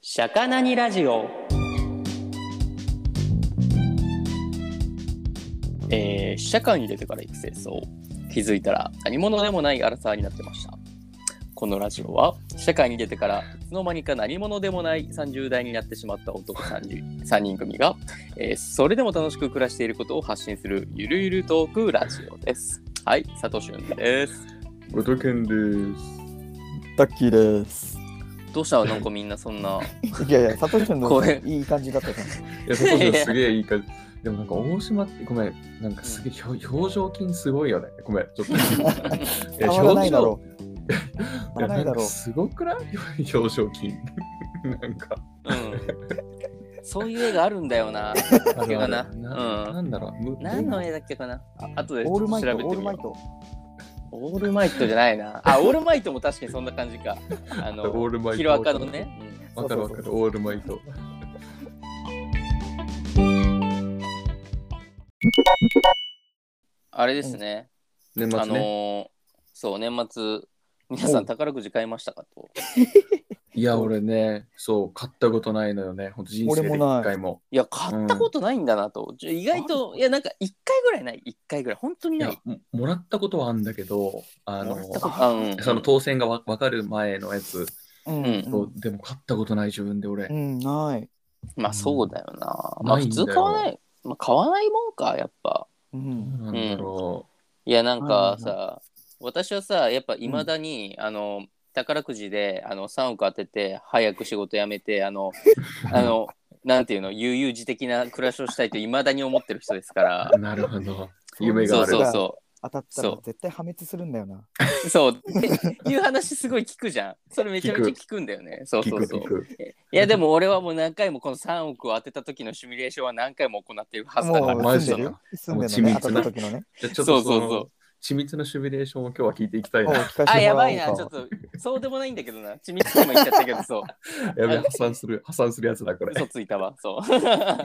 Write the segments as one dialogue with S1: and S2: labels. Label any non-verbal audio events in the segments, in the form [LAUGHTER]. S1: シャカナニラジオ。えー、社会に出てから育成層気づいたら何者でもないアラサーになってましたこのラジオは社会に出てからいつの間にか何者でもない30代になってしまった男30 3人組が、えーそれでも楽しく暮らしていることを発信するゆるゆるトークラジオですはい佐藤俊です
S2: ごとけんです。
S3: タッキーです。
S1: どうした [LAUGHS] なんかみんなそんな [LAUGHS]
S3: いやいや、サトシ君
S1: こ
S3: の
S1: れ
S3: いい感じだったじゃん。
S2: [LAUGHS] いや、佐藤君すげえいい感じ。でもなんか大島って、ごめん、なんかすげえ表表情筋すごいよね。ごめん、 [LAUGHS] ちょっと。い
S3: 変わらないだろう。
S2: いや
S3: 変わらないだ
S2: んか
S3: ろう。
S2: すごくない表情筋。なんか。
S1: うんそういう絵があるんだよな
S2: あるある
S1: なうん
S2: なんだろう。む
S1: 何の絵だっけかなあ後でちょ
S3: オ
S1: っ
S3: ー
S1: と
S3: ルマイト、
S1: 調べて
S3: オール
S1: みよ
S3: マイ
S1: う
S3: ト。
S1: オールマイトじゃないな。あ、オールマイトも確かにそんな感じか。あの、
S2: オールマイト
S1: ヒロアカのね。
S2: わかるわか
S3: そうそ
S2: る、オールマイト。
S1: あれですね。
S2: 年
S1: あ
S2: 末
S1: の
S2: ね。
S1: ーそう、年末、皆さ
S2: お
S1: ん
S2: う
S1: 宝くじ買いましたかと。
S2: いや、俺ね、そう、買ったことないのよね。ほんと人生で
S3: 俺もない
S2: 一回も。
S1: いや、買ったことないんだなと。ちょ意外と、いや、なんか1回ぐらいない。1回ぐらい。本当に
S2: い
S1: な
S2: や
S1: い。、
S2: ももらったことはあんだけど、あ
S1: も
S2: の
S1: らったことあうん
S2: その当選がわ分かる前のやつ、
S3: うん
S1: うん
S2: そうでも買ったことない自分で俺、
S3: うん、ない。
S1: まあ、そうだよな。まあ、
S2: ない
S1: 普
S2: んだよ
S1: 通買わない。まあ、買わないもんか、やっぱ。
S3: うん。
S2: なんだろ
S1: いやなんか
S3: はい
S1: さ私はさやっぱいまだに、あの宝くじであの3億当てて早く仕事辞めてあのあのなんていうの悠々自適な暮らしをしたいといまだに思ってる人ですから
S2: う、 [LAUGHS] なるほど夢
S1: そ
S2: が
S1: う
S2: ある
S1: そうそ
S3: 当たったら
S1: そう
S3: 絶対破滅するんだよな。
S1: うそうっていう話すごい聞くじゃんそれめちゃめちゃ聞くんだよねそう
S2: 聞
S1: そ
S2: く
S1: うそう
S2: 聞く
S1: いやでも俺はもう何回もこの3億を当てた時のシミュレーションは何回も行っているはずだか
S3: も
S1: ら
S3: う
S2: マジだ
S3: 住ん
S2: な
S3: でるよ。住ん
S2: もう
S3: でる
S2: 緻密
S3: ね。
S2: な
S3: 当たった時のね。
S2: じゃあちょ
S1: そ
S2: っと
S1: う
S2: その
S1: そうそう
S2: 緻密なシミュレーションを今日は聞いていきたい
S3: [LAUGHS] おう
S2: な
S3: 聞かせ
S1: あ
S3: て
S1: や
S3: もらお
S1: ば
S3: う
S1: いなちょっ
S3: か。
S1: とそうでもないんだけどな緻密にも言っちゃったけどそう
S2: やべえ破産する破産するやつだこれ
S1: 嘘ついたわそう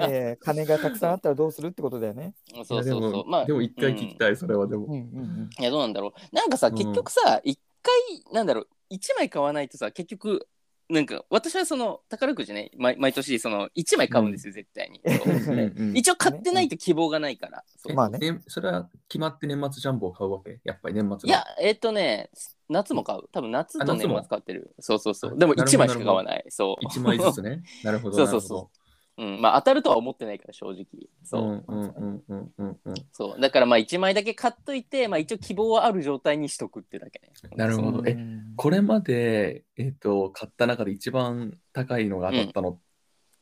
S3: えー金がたくさんあったらどうするってことだよね。
S1: そうそう
S2: いやで
S1: そ
S2: も
S1: う。まあ、
S2: でも一回聞きたい、それはで
S3: う
S2: も
S3: んうん
S1: いや、どうなんだろう。なんかさ、
S2: うん
S1: 結局さ、一回、なんだろう、一枚買わないとさ、結局、なんか、私はその、宝くじね、毎毎年、その、一枚買うんですよ、絶対に。そう
S3: うんうん。 [LAUGHS]
S1: 一応買ってないと希望がないから。そう
S2: え
S3: まあね
S2: それは決まって年末ジャンボを買うわけやっぱり年末の
S1: いや、えっとね、夏も買う。多分夏
S2: あ
S1: と
S2: 夏も
S1: 年末買ってる。そうそうそう。でも
S2: なるほど
S1: 1枚しか買わない。そ
S2: 一枚ずつねなるほど
S1: そ
S2: な
S1: うそ
S2: るほ
S1: う
S2: ど
S1: そう [LAUGHS] う。うん。まあ当たるとは思ってないから、正直。そう。
S2: うんうんうんうんうんうん
S1: そう。だからまあ1枚だけ買っといて、まあ一応希望はある状態にしとくってだけね。
S2: なる
S3: う
S2: ほ
S3: ん。
S2: どえこれまで、えっと買った中で一番高いのが当たったの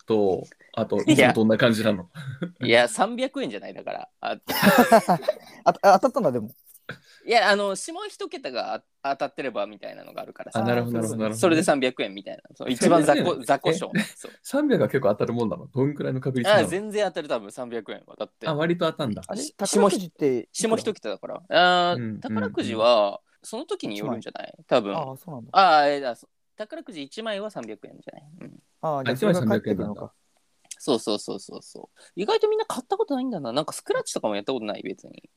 S2: と、あと
S1: い
S2: いつ
S1: や
S2: もどんな感じなの
S1: いや、300円じゃないだから。あ
S3: ああ当たったんだでも。
S1: いや、あの、下一桁があ当たってればみたいなのがあるから
S2: あ
S1: さ。
S2: なるほどなるほどなるほど
S1: それで300円みたいな。そう一番雑
S2: 300
S1: 魚、
S2: 円
S1: 雑魚賞ね。そう
S2: 300が結構当たるもんなのどんくらいの確率な
S1: あ
S2: の
S1: 全然当たる多分300円は。だって
S2: あ、割と当たんだ。
S3: あれ
S1: し
S3: 宝くじって。
S1: 下一桁だから。あー
S2: うんうん
S1: 宝くじは、その時によるんじゃない多分。
S3: あ
S1: あ
S3: あ、そうなんだ。
S1: あー、えだ宝くじ1枚は300円じゃない、うん、
S3: ああ、じ
S2: あ
S3: ゃあ
S2: 一枚
S3: それが返ってくるの
S2: 300
S3: か。
S1: そうそうそうそうそう。意外とみんな買ったことないんだな。なんかスクラッチとかもやったことない、別に。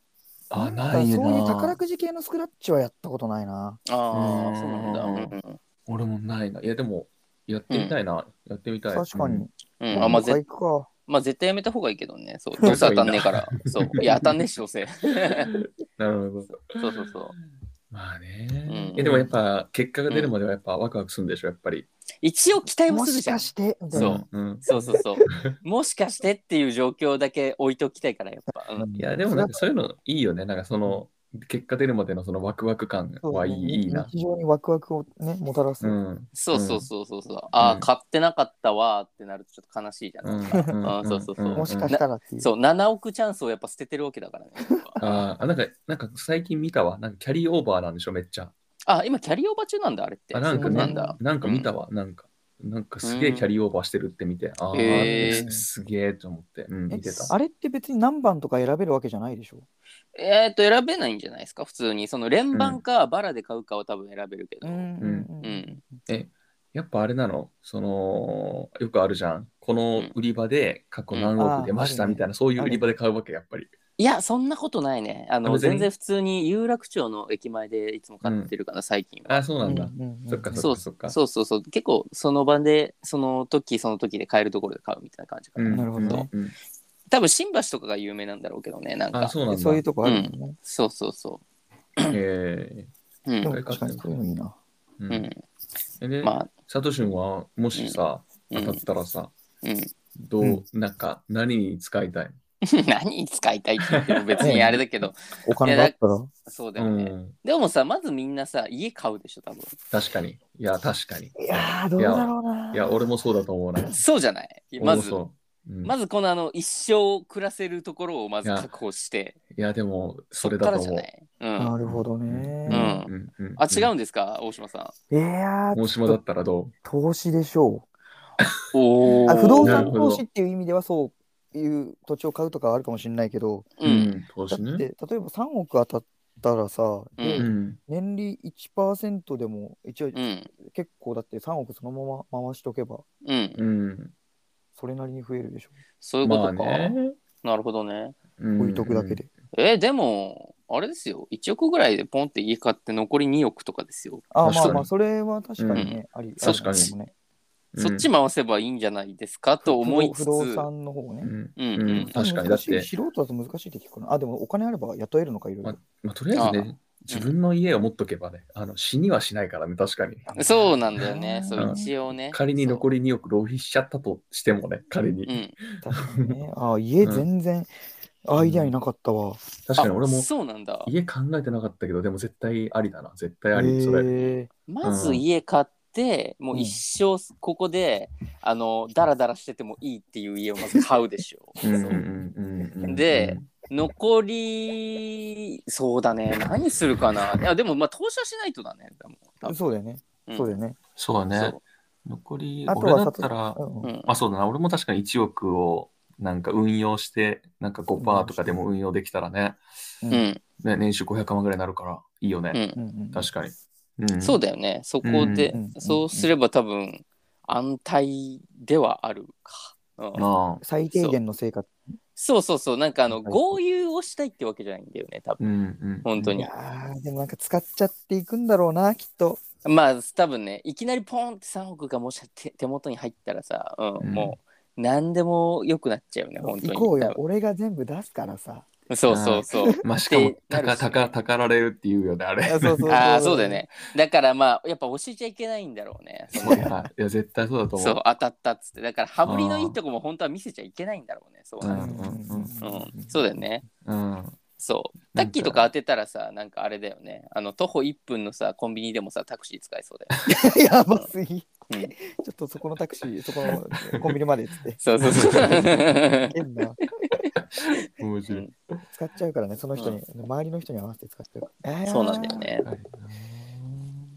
S2: あ、
S3: だ
S2: な
S3: から
S2: いな。
S3: そういう宝くじ系のスクラッチはやったことないな。
S1: あ
S2: う
S1: あ、
S2: ん
S1: そうなんだ。うんうん
S2: 俺もないな。いや、でも、やってみたいな。やってみたい。
S3: 確か
S2: う
S3: に
S2: ん。。
S1: うん。あ、まあ、ぜ
S3: 買いか。
S1: まあ、絶対やめた方がいいけどね。
S2: [LAUGHS]
S1: そう。どうせ当たんねえから。そう。いや、当たんねえし、どうせ。
S2: なるほど。
S1: そうそうそう。
S2: まあ
S1: ん
S2: ね。え、でもやっぱ、結果が出るまではやっぱワクワクするんでしょ、やっぱり。
S1: 一応期待も
S3: も
S1: する
S3: し
S1: じゃん。
S3: か
S1: そ
S3: して、みたい
S1: そ
S3: な
S1: う。
S2: うん。
S1: うそうそう。
S2: [LAUGHS]
S1: もしかしてっていう状況だけ置いときたいから、やっぱ。うん
S2: いや、でもなんかそういうのいいよね。なんかその、結果出るまでのそのワクワク感
S3: そう
S2: はいいいいな。
S3: 日常にワクワクをね、もたらす。
S2: うん。
S1: そうそうそうそうそう。ああ、
S2: うん
S1: 買ってなかったわーってなるとちょっと悲しいじゃん。あ
S2: あ
S1: そうそうそう
S3: もしかしたらっていう。
S1: そう、7億チャンスをやっぱ捨ててるわけだ
S2: [LAUGHS]
S1: からね。
S2: あーなんか、なんか最近見たわ。なんかキャリーオーバーなんでしょ、めっちゃ。
S1: あ、今キャリーオーバー中なんだ、あれって。
S2: あなんか
S1: そう
S2: ね
S1: なんだ。
S2: なんか見たわ、なんか。なんかすげえキャリーオーバーしてるって見て、ああ、
S1: へ
S3: ー
S2: すすげえと思って、うん、
S3: え
S2: 見てた。
S3: あれって別に何番とか選べるわけじゃないでしょ。
S1: えーっと、選べないんじゃないですか、普通に。その連番か、バラで買うかは多分選べるけど。うん。
S3: ん
S1: うん。
S2: やっぱあれなのその、よくあるじゃん。この売り場で過去何億出ましたみたいな、そういう売り場で買うわけ、やっぱり。
S1: いやそんなことないねあ
S2: あ
S1: の
S2: 別に
S1: 全然普通に有楽町の駅前でいつも買ってるかな、最近は
S2: あ、そうなんだ。
S3: うん
S2: そっか
S1: そ
S2: そうっかそっか。
S1: そうそうそう結構その場でその時その時で買えるところで買うみたいな感じかな、
S2: うん
S3: なるほどね。
S2: うん
S1: 多分新橋とかが有名なんだろうけどねなんか
S2: あ、そうなんだ。
S3: そういうとこあるもんね。
S1: そうそうそ
S2: え
S1: うう
S3: で
S1: ん
S3: も確かにそういうのいいな。
S2: ー
S1: うん、
S2: うん。で、
S1: まあ
S2: サトシンはもしさ、
S1: う
S2: 当
S1: ん
S2: たったらさ、
S1: うん、 [LAUGHS]
S2: ど
S3: う
S2: う、なんか、何に使いたい
S1: 何に使いたいって言っても別
S2: [LAUGHS]
S1: にあれだけど
S3: お金があったら。
S1: そうだ
S2: う
S1: よね、
S2: ん。
S1: でもさまずみんなさ家買うでしょ多分
S2: 確かに。いや、確かに。
S3: いやー、どうだろうな。
S2: いや、俺もそうだと思うな。
S1: そうじゃないまず
S2: 俺もそううん
S1: まずこのあの一生暮らせるところをまず確保して
S2: いや、でも、そ
S1: そ
S2: れ
S1: っ
S2: だ
S1: から
S2: と
S1: じゃ
S2: 思う
S1: な。い、うん、
S3: なるほどね。
S1: うんあ違うんですか大島さ
S3: いやー
S2: 大島だったらど
S3: 投資でしょ
S1: んお
S3: う。
S1: ー
S3: あ不動
S2: なる
S3: 産
S2: ほど
S3: 投資っていう意味ではそういう土地を買うとかはあるかもしれないけど、
S2: う
S1: う、ん、
S2: 投
S3: だ
S2: 資
S3: って
S2: ね。
S3: 例えば3億当たったらさ、で
S1: うん
S3: 年利1%でも一応
S1: うん
S3: 結構だって3億そのまま回しておけば
S1: うん
S2: うん。
S3: それなりに増えるでしょ。
S1: そういうこと
S2: ま
S1: か、
S2: あね。
S1: なるほどね
S2: うん
S3: 置いとくだけ。で。
S1: えーでもあれですよ1億ぐらいでポンって家買って残り2億とかですよ
S3: あ
S2: 確か
S3: まあ
S2: に
S3: まあそれは確かにね、あり
S2: 確かに
S3: あるもんね
S2: うん
S1: そっち回せばいいんじゃないですかと思いつつ
S3: 不動不動産の方ね。
S2: う
S1: う
S2: ん
S1: ん
S2: う
S1: うん
S2: ん。確かに。だっ
S3: 難
S2: て
S3: しい、素人だと難しいって聞くな。あ、でもお金あれば雇えるのか、いろいろ。
S2: まあとりあえずね、自分の家を持っとけばね、あの死にはしないからね、確かに。
S1: そうなんだよねそううん一応ね
S2: 仮に残
S1: り
S2: り2億浪費しちゃったとしてもね、仮
S1: う
S2: に。
S1: ん
S3: 確かに
S2: [LAUGHS]
S3: ね。あ、家全然アイディアになかったわ。
S2: 確かに俺
S1: あ
S2: も
S1: そうなんだ
S2: 家考えてなかったけど、でも絶対ありだな、絶対あ
S3: へ
S2: り。それ。
S3: え
S1: まず家買って、もう一生ここで、あのダラダラしててもいいっていう家をまず買うでしょ
S2: [LAUGHS] うんうんうんうんうん
S1: で、残りそうだね何するかないやでもまあ投資はしないとだねでも多分
S3: そうだよね。
S1: うん
S3: そうだよね。
S2: そうだね
S1: そ。
S2: 残り、
S3: あと
S2: 俺
S3: は
S2: だったら
S3: う、んうん
S1: ううん
S2: まあそうだな、俺も確かに1億をなんか運用して、なんか5%とかでも運用できたらね、
S1: うん
S2: ね年収500万ぐらいになるからいいよね。
S1: うん
S3: うん
S2: 確かに。うん、
S1: そうだよねそこで、
S3: うんうん
S1: そうすれば多分安泰ではあるか、うん
S2: なあ。
S3: 最低限の成果。
S1: そうそうそうなんかあの
S2: はい
S1: 豪遊をしたいってわけじゃないんだよね多分
S2: うんうん。
S1: 本当
S3: い
S1: に
S3: やーでもなんか使っちゃっていくんだろうな、きっと。
S1: まあ多分ねいきなりポンって3億がもして手元に入ったらさ、うん
S2: うん
S1: もう何でも良くなっちゃうよね本当
S3: 行
S1: に
S3: こう
S1: 多分
S3: よ。俺が全部出すから
S1: [LAUGHS]
S3: さ。
S1: そうそうそう
S2: まあしかも
S1: で、
S2: た
S1: な
S2: か
S1: るし
S2: たか、たかられるっていうよね、あれ。
S3: あ [LAUGHS] そうそう
S1: ああそうだよ。ねだからまあやっぱ教えちゃいけないんだろうねそ
S2: [LAUGHS] い
S1: の
S2: や、いや絶対そうだと思
S1: そうう。当たったっつってだから羽振りのいいとこも本当は見せちゃいけないんだろうねそう
S2: う
S1: なる
S2: んうん
S1: とうんそうだよね
S2: うん。
S1: そうタ
S2: なんか
S1: ッキーとか当てたらさなんかあれだよねあの徒歩1分のさコンビニでもさタクシー使えそうだよね
S3: やばすぎ。ち
S1: うん
S3: ょっとそこのタクシー、そこのコンビニまでっつ
S1: [LAUGHS]
S3: って。
S1: そうそう
S3: [LAUGHS]
S1: そう
S3: 変な
S2: 面白い。
S3: 使っちゃうからね、その人に、周りの人に合わせて使っちゃうから。えー
S1: そうなんだよ。ね
S2: はい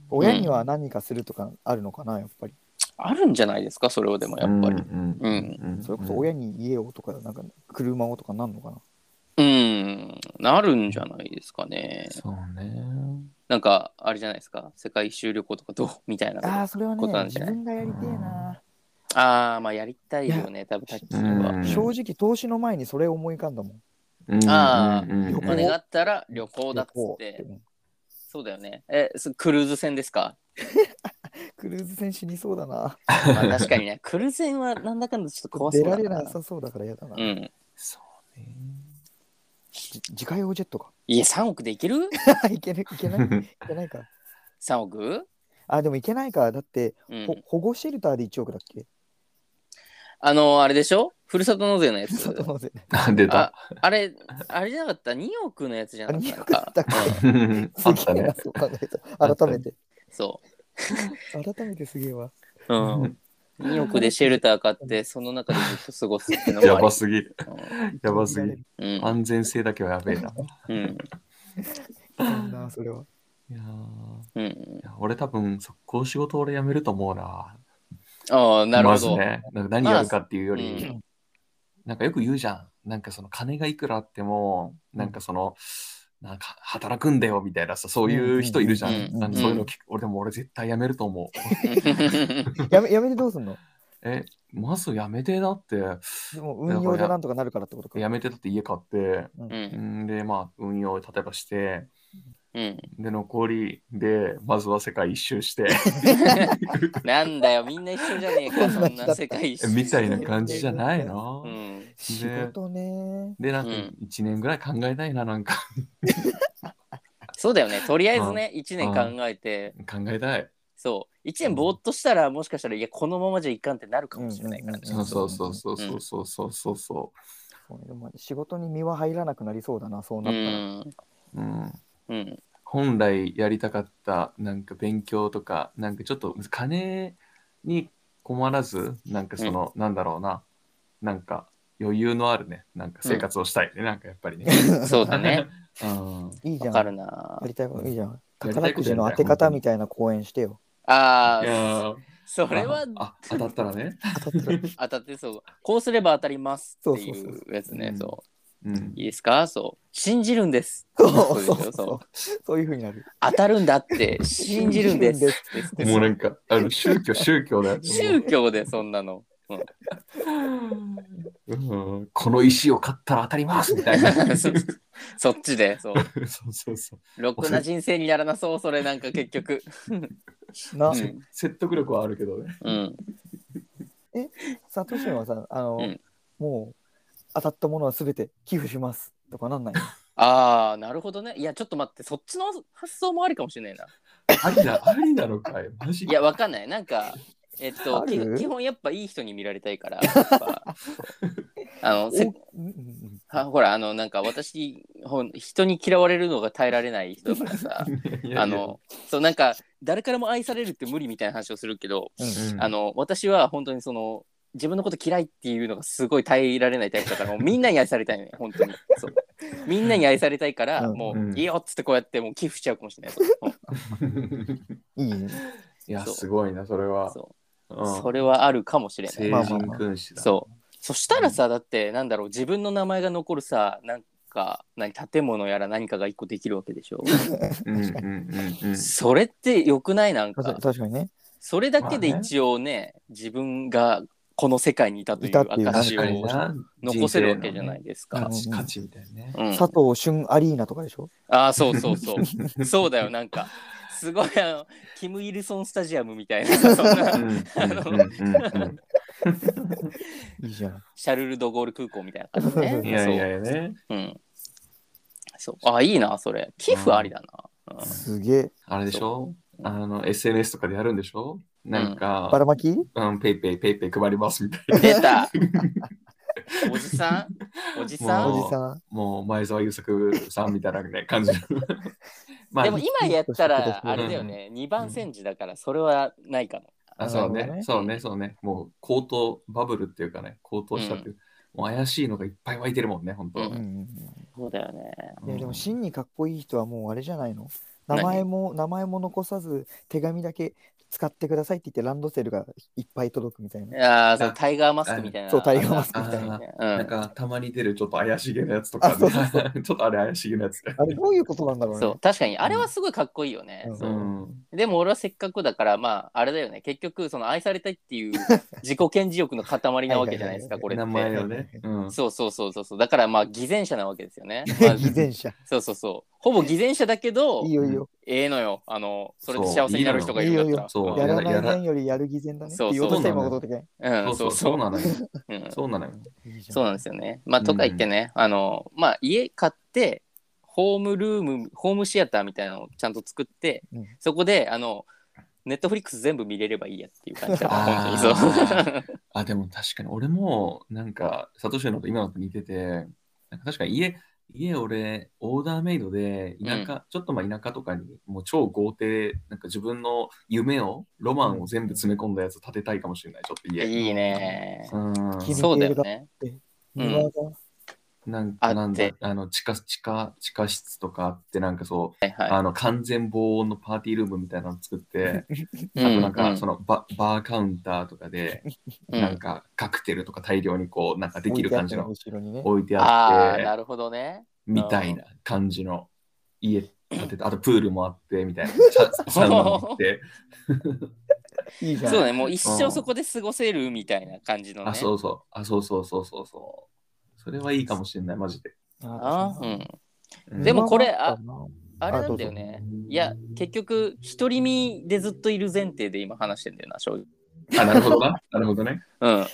S3: 親には何かするとかあるのかな、やっぱり。
S1: あるんじゃないですかそれはでもやっぱり
S2: うん
S1: う
S2: うんんうん。
S3: それこそ親に家をとか、なんか車をとかなんのかな。
S1: うんなるんじゃないですかね
S2: そうね。
S1: なんかあれじゃないですか世界一周旅行とかどうみたいな
S3: ああー、
S1: あ
S3: それは
S1: ことな
S3: ね、
S1: んじ
S3: 自
S1: ゃない
S3: 分がやりてえな。
S1: あーまあやりたいよね多分タッキーは
S2: うん
S3: 正直、投資の前にそれ思い浮かんだもん。
S2: うん
S1: あ
S2: うんうんうん
S1: お金があったら旅行だっつって
S3: 旅行
S1: そうだよねえそクルーズ船ですか
S3: クルーズ船死にそうだな。
S1: まあ確かに
S3: [LAUGHS]
S1: ねクルーズ船はなんだかんだちょっと怖そ
S3: 出
S1: うだ
S3: ら
S1: な
S3: れなさそうだから嫌だな。
S1: うん
S2: そう
S3: じ自家用ジェットか。 [LAUGHS]
S1: いや3億でいける
S3: いけない、いけない、い
S2: ね。
S3: けないか。
S1: 3億、
S3: あ、でもいけないか。だって、
S1: う
S3: ほ
S1: ん、
S3: 保護シェルターで1億だっけ
S1: あのあれでしょふるさと納税のや
S3: ふる
S1: つ
S3: さと納税ね。
S2: 出
S1: あ
S2: た。
S1: あれあれじゃなかった2億のやつじゃ [LAUGHS]
S3: あ
S1: な
S3: れ
S1: かっ
S3: 2
S1: た
S3: 億だった
S2: あった
S3: っけすげ
S2: ね
S3: えな、。そう考えた。改めて。
S1: そ
S3: 改めてすげえわ。
S1: う、うん、2億でシェルター買ってその中でずっと過ごすっていうのも
S2: [LAUGHS] や
S1: あり
S2: ばすぎる。やばすぎる。
S1: うん
S2: 安全性だけはやべえな。
S1: うん
S3: そうだな、それは。
S2: いやー
S1: うん
S2: いや俺多分、速攻仕事俺辞めると思うな。
S1: ああなるほど、
S2: まずね、なんか何やるかっていうより、
S1: まあう
S2: なんかよく言うじゃん。なんかその金がいくらあっても、なんかその、なんか働くんだよみたいなさ、そういう人いるじゃん。
S1: うんうんうん
S2: なんかそういうの聞く、俺でも俺絶対辞めると思う。
S3: やめやめてどうすんの
S2: え、まずやめてなって、
S3: でも運用でなんとかなるからってことか。
S2: やめてだって家買って、
S1: う
S2: うんんで、まあ、運用を例えばして、
S1: うん、
S2: で、残りで、まずは世界一周して、
S1: なんだよみんな一緒じゃねえかそんな世界一周
S2: みたいな感じじゃないの
S1: うん
S3: 仕事ね。
S2: で、なんか
S1: うん
S2: 1年ぐらい考えたいな、なんか [LAUGHS]
S1: そうだよねとりあえずね1年考えて
S2: 考えたい。
S1: そう1年ぼーっとしたらもしかしたらいやこのままじゃいかんってなるかもしれないからね
S3: うん
S2: そうそうそうそうそうそうそうそうそ
S3: そうでも仕事に身は入らなくなりそうだな、そう
S1: う
S3: なったら。
S1: ん
S2: う。うん
S1: うん
S2: 本来やりたかったなんか勉強とかなんかちょっと金に困らずなんかその、なんだろうななんか余裕のあるねなんか生活をしたいね、なんかやっぱりね、
S1: そうだね
S2: うん、
S3: いいじ
S1: わ
S3: ゃん。
S1: かる
S3: や
S1: な
S3: りたいこといいじゃん。
S2: やりたいこと
S3: 宝くじの当て方みたいな講演してよ。
S1: あ
S2: いや
S1: あ
S2: ー
S1: それは
S2: ああ当たったらね、
S3: 当たったら。
S1: 当たってそうこうすれば当たりますってい
S3: そうそう
S1: うやつね
S2: うん
S1: そ
S2: うん
S1: う、いいですかそう信じるんです
S3: そ
S1: [LAUGHS] そ
S3: うそうう
S1: そう
S3: そう。そういうふうになる。
S1: 当たるんだって信じるんです
S2: もうなんかあの宗教宗教 [LAUGHS] だよね
S1: 宗教でそんなの [LAUGHS]
S2: もううんこの石を買ったら当たりますみたいな
S1: そ
S2: [LAUGHS] そう
S1: そっちでそう
S2: うそうそう
S1: ろくな人生にならなそうそれなんか結局
S3: な
S1: う、ん
S2: せ説得力はあるけどね
S1: うん
S3: さ、トシンはさ、あの、
S1: うん
S3: もう当たったものはすべて寄付しますとかなんないの
S1: ああなるほどねいやちょっと待ってそっちの発想もありかもしれ
S2: [LAUGHS]
S1: ないな
S2: ありだありなのかいマジ
S1: いやわかんないなんかえっと
S3: あ
S1: き
S3: る
S1: 基本やっぱいい人に見られたい
S2: [LAUGHS]
S1: からやっぱあのせ
S3: おうんうんうん
S1: はほらあのなんか私ほん人に嫌われるのが耐えられない人だからさ
S2: いやいや
S1: あのそうなんか誰からも愛されるって無理みたいな話をするけど、
S2: うん
S1: あの私は本当にその自分のこと嫌いっていうのがすごい耐えられないタイプだからもうみんなに愛された
S2: [LAUGHS]
S1: いね本当にそうみんなに愛されたいから、
S3: うん
S1: も
S2: うん
S1: ういいよっつってこうやってもう寄付しちゃうかもしれない
S2: [LAUGHS]
S3: いいね。
S2: いや、
S1: そう
S2: すごいな、それは。
S1: そうう、
S2: ん
S1: それはあるかもしれない、
S2: 成人君子だ。
S1: そうそしたらさだってなんだろう自分の名前が残るさなんか何建物やら何かが一個できるわけでしょ
S2: うんうんうんうん。
S1: それって良くないなん
S3: 確か
S1: か
S3: に確かにね。
S1: それだけで一応ね,、自分がこの世界にいたとい
S3: いうたっていう
S2: 確
S1: 証を
S2: かにな。。
S1: 残せるわけじゃないいです
S2: 価
S1: か。
S2: 値、価値みたいなね。
S1: うん、
S3: 佐藤俊アリーナとかでしょ
S1: ああそうそうそうそうだよなんかすごいあのキム・イルソンスタジアムみたいなそん
S2: う
S1: なん
S2: うんうん
S1: [LAUGHS]
S2: うん
S3: いいじゃん。
S1: シャルル・ド・ゴール空港みたいな感じ
S2: うん
S1: ね。
S2: いやいやいやね。
S1: そう,、うん、そうあいいなそれ寄付ありだな。うん
S3: すげえ。
S2: あれでしょあの、SNS とかでやるんでしょなんか、
S3: ばらまき
S2: うん、ペイペイペイペイ配りますみたいな。
S1: 出たおじさんおじさ
S2: も
S1: ん
S2: う
S3: おじさん。
S2: もう、前澤友作さんみたいなね感
S1: [LAUGHS]
S2: じの。ま
S1: でも今やったら
S3: うん
S1: あれだよね、二2番煎じだからそれはないかも。
S2: あそう
S3: なるほど
S2: ね、
S3: ね
S2: そうね、そうね。もう高騰、バブルっていうかね、高騰したっていう、もう怪しいのがいっぱい湧いてるもんね、本当、
S1: うん
S3: うんうん
S1: そうだよね。
S3: うんいやで
S2: う
S3: も
S2: ん
S3: 真にかっこいい人はもうあれじゃないの
S1: 何
S3: 名前も名前も残さず手紙だけ使ってくださいって言ってランドセルがいっぱい届くみたいな。
S1: ああ、そうタイガーマスクみたいな。
S3: そうタイガーマスク
S2: みたいな
S1: うん
S2: なんかたまに出るちょっと怪しげなやつとか、
S3: あそうそうそ
S2: [LAUGHS] ちょっとあれ怪しげなやつ。、
S3: あれどういうことなんだろうね。
S1: そう確かにあれはすごいかっこいいよね、
S3: うん
S1: そううんでも俺はせっかくだからまああれだよね結局その愛されたいっていう自己顕示欲の塊なわけじゃないですかこれって
S2: 名前をね、う
S1: [LAUGHS]
S2: ん、
S1: そうそうそうそうそうだからまあ偽善者なわけですよね、まあ
S3: 偽善者。
S1: そうそうそうほぼ偽善者だけど
S3: いいよいいよ。
S1: ええのよあのそれで幸せになる人がいるんだった
S2: そういい
S1: ら
S2: の
S3: や
S2: よ
S3: らない
S2: やら
S3: 善よりやる偽善だね。
S1: そう
S3: って言おうとした
S2: そう
S3: 今ことで。
S1: うん
S2: そ
S1: そうう
S2: そ
S1: そうう [LAUGHS]
S2: なのよ。
S1: うん
S2: そうなのよ。
S3: いいじゃん
S1: そうなんですよねまあとか言ってね、あのまあ家買ってホームルームホームシアターみたいなのをちゃんと作って、
S3: うん
S1: そこであのネットフリックス全部見れればいいやっていう感じだから本当
S2: あ
S1: にそう
S2: ーあ、でも確かに俺も、なんか、サトシのと今のと似てて、なんか確かに家、家俺、オーダーメイドで、田舎、ちょっとまあ田舎とかに、もう超豪邸、なんか自分の夢を、ロマンを全部詰め込んだやつ建てたいかもしれない、ちょっと家。
S1: いいね。
S2: うん。
S3: 君
S1: そうだよね。うん
S3: 庭が
S2: なん
S1: あ
S2: かなん
S1: っ
S2: だ
S1: て
S2: あの地下地下地下室とかあってなんかそう、
S1: はいはい。
S2: あの完全防音のパーティールームみたいなの作って、
S1: う
S2: あとなんかそのババーカウンターとかで、
S1: うん
S2: なんかカクテルとか大量にこうなんかできる感じの
S3: 置いてあった後ろにね。
S2: 置いてあ
S1: あ
S2: っ
S1: あ、
S2: て
S1: なるほどね。
S2: みたいな感じの
S1: [LAUGHS]
S2: 家建ててあとプールもあってみたいなササウナもあって
S3: いいじゃん。
S1: そうだね、もう一生そこで過ごせるみたいな感じのね。
S2: あ、そうそう。あ、そうそうそうそうそう。それはいいかもしれない、マジで。
S1: あ
S3: あ
S1: ーうん。
S2: うん
S1: でもこれ
S3: あったな
S1: あれなんだよね。いや、結局、独り身でずっといる前提で今話してんだよな、正直。
S2: あ、なるほどな。なるほどね。
S1: うん。
S3: 確か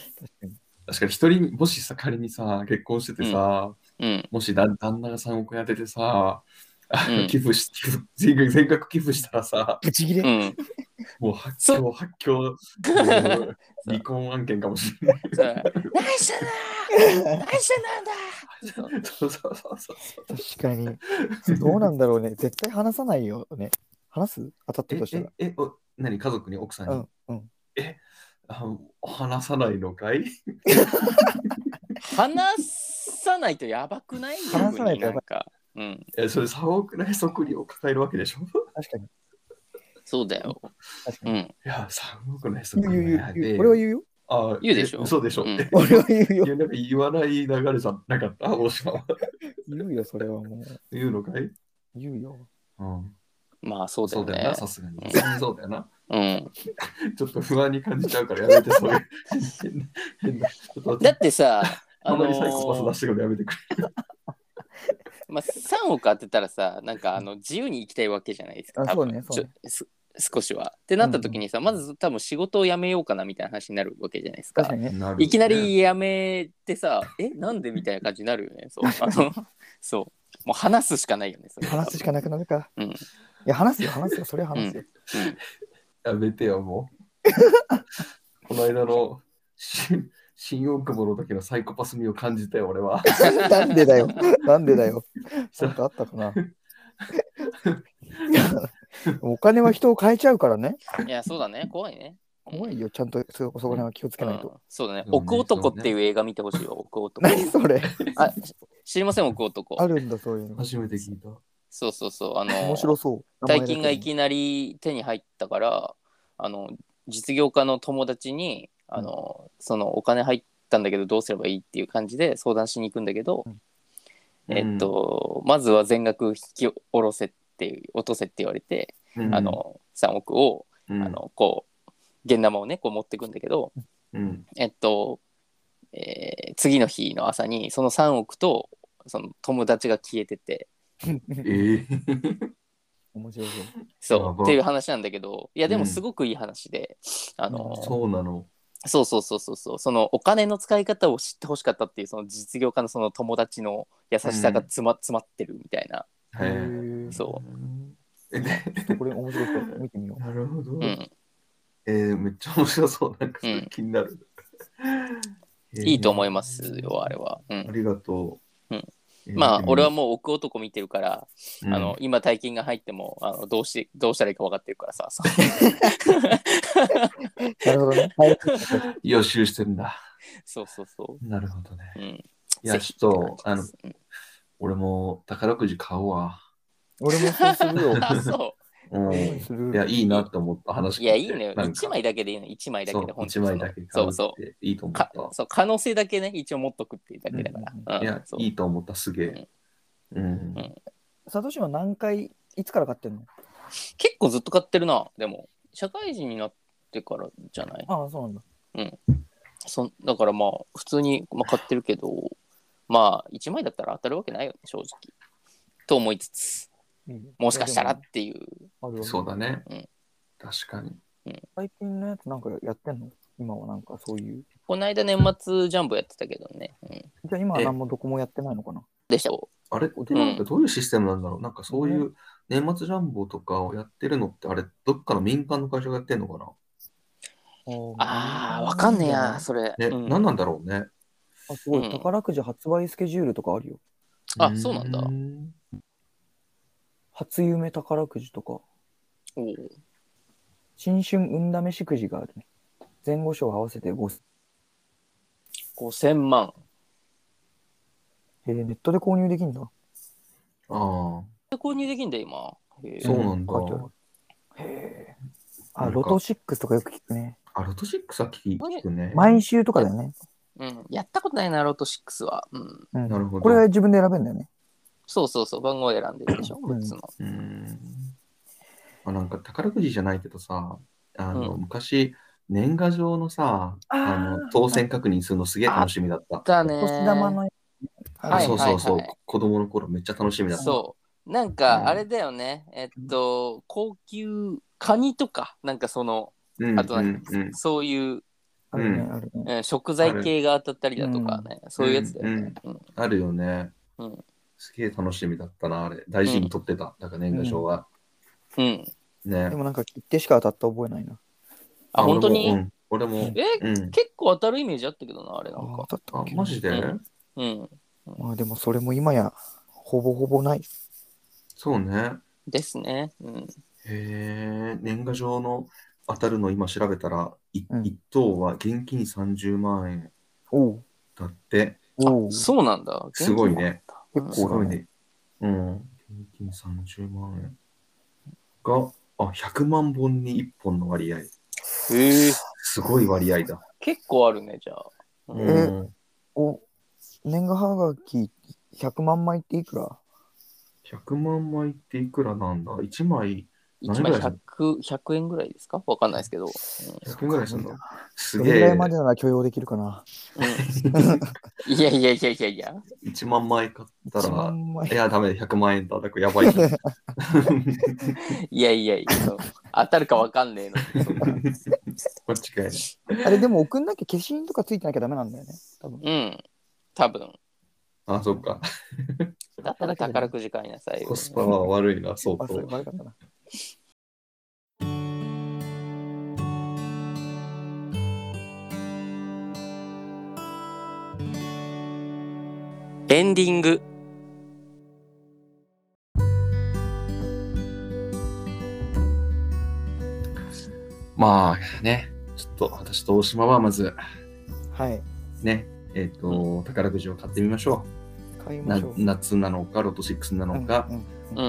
S3: に
S2: 確かに一人、もしさ、仮にさ、結婚しててさ、
S1: うん。
S2: もしだ旦那が3億円当ててさ、あ
S1: うん
S2: 寄付し、寄付全額全額寄付したらさ、
S3: ぶち切
S1: う
S3: れ。
S1: [LAUGHS] ん。
S2: もう発
S1: そ
S2: 狂、発狂、
S1: [LAUGHS]
S2: もう離婚案件かもしれない。
S1: そう何してんだ何してんだ
S2: そうそうそうそう。
S3: 確かに。どうなんだろうね。絶対話さないよね。話す当たった
S2: え
S3: としたら。、
S2: え、え、お何家族に奥さんに、
S3: うんうん。
S2: あ話さないのかい [LAUGHS]
S1: 話さないとやばくない
S3: 話さないとやばい
S1: 逆にんか。うん。
S2: え、それ3億円そこにを抱えるわけでしょ [LAUGHS]
S3: 確かに。
S1: そうだよ。
S3: 確か
S1: う
S3: に。
S1: ん。
S2: いや、3億円そこ
S3: 言う
S2: に
S3: 言
S2: あ
S3: う言う。俺は [LAUGHS] 言うよ。
S2: あ
S1: 言うでしょ
S2: そうでしょ。
S1: うん
S2: え
S3: 俺は言うよ
S2: い。や、なんか言わない流れじゃなかった [LAUGHS] 大島は。
S3: 言うよ、それはもう。
S2: 言うのかい
S3: 言うよ。
S2: うん。
S1: まあそうだ
S2: そ
S1: よ
S2: うだよ
S1: ね
S2: な、。さすがに
S1: うん。
S2: そうだよな。
S1: うん。
S2: ちょっと不安に感じちゃうからやめて、そういう。 [LAUGHS] 変な。ちょっと
S1: だって
S3: [LAUGHS]
S1: さ、あ
S2: あん
S1: の
S2: まりサイコパス
S1: ー
S2: 出してくのやめてくれ。
S1: まあ、3億当てたらさ、なんかあの自由に行きたいわけじゃないですか。
S3: あ
S1: 多分
S3: そうねそうね
S1: ちょす少しは。ってなった時にさ、まず多分仕事を辞めようかなみたいな話になるわけじゃないですか
S3: 確か。にね。
S2: なる
S1: いきなり辞めてさ、え、なんでみたいな感じになるよね。そう。あのそう。もう話すしかないよね。それは
S3: 話すしかなくなるか。
S1: うん
S3: いや、話すよ、話すよ。それは話すよ。
S2: やめてよ、も [LAUGHS] う。この間の新新大久保の時のサイコパス味を感じたよ、俺は。
S3: [LAUGHS] なんでだよ。なんでだよ。なんかあったかな。 [LAUGHS] お金は人を変えちゃうからね。
S1: うんいや、そうだね。怖いね。
S3: 怖いよ、ちゃんとそそこら辺は気をつけない
S1: うん
S3: と。
S1: そうだね。
S2: そうね
S1: 奥男っていう映画見てほしいよ。奥男。
S3: 何それ
S1: あし知りません、奥男
S3: あ。るんだ、そういうの。
S2: 初めて聞いた。
S1: そうそうそう。あの
S3: 面白そう。
S1: 大金がい
S3: き。
S1: きなり手に入ったからあの実業家の友達にあの、そのお金入ったんだけどどうすればいいっていう感じで相談しに行くんだけど、
S3: うん
S1: えっとまずは全額引き下ろせって落とせって言われて、
S2: うん、
S1: あの3億を、
S2: うん、
S1: あのこう現玉をねこう持ってくんだけど、
S2: うん、
S1: えっと、えー次の日の朝にその3億とその友達が消えてて。
S2: えー
S3: 面白そう。
S1: そ
S2: や
S1: う
S2: ば
S1: っていう話なんだけどいやで
S2: う
S1: も
S2: ん
S1: すごくいい話で、あのそ
S2: そうなの。
S1: うそうそうそうそうそのお金の使い方を知ってほしかったっていうその実業家のその友達の優しさが詰ま,、詰まってるみたいな
S2: へー
S3: へーちょ
S1: そ
S2: え
S3: っとこれ面白そう。見てみよ
S2: なるほど。
S1: う、うん、
S2: えー、めっちゃ面白そう。なんかそれ
S1: うん
S2: 気になる。
S1: [LAUGHS] いいと思い
S2: ま
S1: ますよあれは、う
S2: あ
S1: ん、
S2: りがとう。
S1: うん
S2: えー
S1: まあ
S2: でも
S1: 俺はもう奥男見てるから、
S2: うん
S1: あの今大金が入ってもあのどうしどうしたらいいか分かってるから
S2: [LAUGHS]
S1: さそう
S3: う。なるほどね。はい
S2: 予習してるんだ。
S1: そうそうそ
S2: なるほどね。
S1: う、うん、
S2: いや、
S1: ぜひ
S2: ちょっと、あの
S1: っ、て感じです
S2: 俺も宝くじ買おうわ。
S3: 俺もそうするよ
S1: うん。あ
S2: [LAUGHS]
S1: そう
S2: うん。
S3: うん
S2: い
S3: する
S2: や、いいなって思った話聞
S1: いやいいのよ
S2: なんか
S1: 1枚だけでいいの1枚だけで
S2: そ
S1: 本
S2: う
S1: 当
S2: 一
S1: に
S2: 枚だけ買
S1: そううそう
S2: っていいと思っ
S1: か
S2: た。
S1: そう可能性だけね一応持っとくっていうだけだから、うん
S2: いや、
S1: そう
S2: いいと思った、すげえ。うん。
S3: サトシは何回、いつから買ってんの
S1: 結構ずっと買ってるなでも社会人になってからじゃない
S3: ああ、そうなんだ。
S1: そんだからまあ普通に、まあ、買ってるけどまあ1枚だったら当たるわけないよね正直と思いつつ
S3: いいよ
S1: もしかしたらっていう
S3: あるわ
S2: そうだね
S1: うん。
S2: 確かに。
S3: 最近のやつなんかやってんの今はなんかそういう。
S1: この間年末ジャンボやってたけどね、うん、
S3: じゃあ今は何もどこもやってないのかな
S1: でした
S2: あれってなんかどういうシステムなんだろうなんかそういう年末ジャンボとかをやってるのって、あれ、どっかの民間の会社がやってんのか
S1: あーわかんねえや。それ、
S2: なね、
S1: うん
S2: 何なんだろうね。
S3: あ、すご
S1: うん
S3: い。宝くじ発売スケジュールとかあるよ。
S1: あそうなんだ
S3: 初夢宝くじとか、
S1: おう
S3: 新春運試しくじがあるね。前後賞合わせて5、
S1: 5000万
S3: えー、ネットで購入できんだ。
S2: ああ、
S1: 購入できんだ今へえ
S2: そうなんだ
S3: 書いてあるへえ。あ、
S2: なんか
S3: ロト6とかよく聞くね。
S2: あ、ロト6は聞くね。
S3: 毎週とかだよね。
S1: うん、やったことないなロート6は、うん、
S3: うん
S2: なるほど
S3: これは自分で選べんだよね。
S1: そうそうそう番号選んでるでしょ
S3: うん
S1: 6つの
S2: うーん。まあ、なんか宝くじじゃないけどさ、あの、
S1: う
S2: 昔、年賀状のさ、
S3: あー
S2: あの当選確認するのすげえ楽しみだった。
S1: だね
S3: お年玉のやつあ
S1: はい
S2: そうそうそう、
S1: はいはい
S2: 子供の頃めっちゃ楽しみだった。
S1: そうなん
S2: う
S1: か
S2: ん
S1: あれだよね、えっと高級カニとかなんかその
S2: うん。うん、
S1: あとなんか
S2: うん
S1: そういう、
S3: あるね、あるね。
S1: えー食材系が当たったりだとかね、そういうやつだよね、うん
S2: あるよね。
S1: うん
S2: すげえ楽しみだったな、あれ。大事に取ってた、だから年賀状は。
S1: うん
S2: ね
S3: で。もなんか切手しか当たった覚えないな。
S1: あ本当に、
S2: 俺も、
S1: え
S2: うん。うん
S1: 結構当たるイメージあったけどなあれな
S3: あ
S1: ん
S3: ー
S1: か
S3: 当た
S2: あ
S3: っ、た
S2: マジで、
S1: うんうん
S3: まあでもそれも今やほぼほぼない。
S2: そうね。
S1: ですねうん
S2: へえ、年賀状の当たるの今調べたら、い
S3: うん
S2: 一等は現金30万円
S3: おう
S2: だって、
S3: おう
S1: そうなんだ
S2: すごいね
S1: 元気
S2: す
S1: なんだ
S3: そうだ
S2: ごい
S3: ね
S2: ね。うん。現金30万円が、あ、100万本に1本の割合。
S1: うんへえ
S2: すごい割合だ。
S1: 結構あるねじゃあ、うん
S2: う
S3: え
S2: ん。
S3: お年賀はがき100万枚っていくら
S2: 100万枚っていくらなんだ ?1 枚
S1: 1枚 100, 100円ぐらいですかわかんないですけど、
S2: 100円ぐらいするのす
S3: ど
S2: げ
S3: れぐらい
S2: え。
S3: までなら許容できるかな
S2: [LAUGHS]
S1: うんいやいやいやいやいや
S2: 1万枚買った
S3: 1
S2: ら、
S3: 万枚
S2: いや、ダメだ、100万円叩く、やばい。
S1: いやいやいやそう当たるかわかんねえのそう
S2: 間違いない。
S3: あれでも送んなきゃ消し印とかついてなきゃダメなんだよね。多分
S1: うん多分
S2: あ、そっか。
S1: だったら宝くじ買いなさいよ
S2: コスパは悪いな、相
S3: あ、それ
S2: 当。
S3: 悪かったな。
S1: エンディング
S2: まあね、ちょっと私と大島はまず
S3: はい。
S2: ね、えっ、と、宝くじを買ってみましょ。
S3: 買いう
S2: な
S3: ましょう。
S2: 夏なのか、ロト6なのか
S3: う、んうん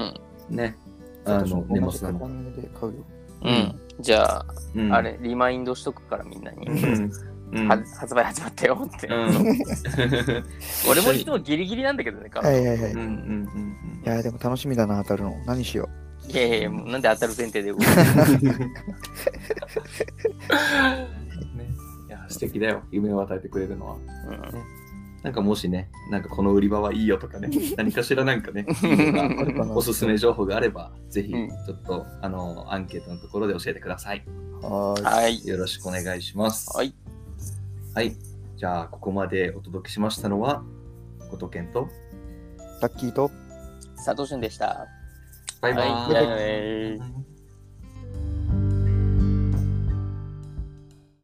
S1: うん
S2: ね、
S3: うん
S2: あの、
S3: 同
S2: 年
S3: じ
S2: 末
S3: タ
S2: なの
S3: イ
S2: か。
S3: ミングで買うよ。
S1: うん、じゃあ、
S2: うん
S1: あれ、リマインドしとくからみんなに。
S2: うん。うん
S1: は発売始まったよって。 [LAUGHS]
S2: うん
S1: そう俺もいつもギリギリなんだけどね、
S3: はい
S1: い、
S3: はいはい。
S2: うんうんう
S3: い
S2: ん
S3: や、でも楽しみだな、当たるの。何しよ
S1: いやいや、もうなんで当たる前提で動く
S2: [LAUGHS] うん。ねいや、素敵だよ、夢を与えてくれるのは。
S1: うん
S2: なんかもしね、なんかこの売り場はいいよと
S1: [LAUGHS]
S2: かね、何かしらなんかね、
S3: う。あるかな
S2: おすすめ情報があれば、ぜひ
S1: うん
S2: ちょっと、あのアンケートのところで教えてください。
S3: はーい。
S1: はい。
S2: よろしくお願いします。
S1: はい。
S2: はい。じゃあ、ここまでお届けしましたのは、ごとけんと、
S3: ラッキーと。
S1: 佐藤俊でした。
S2: バイバ
S1: はい。じゃあね
S2: イ。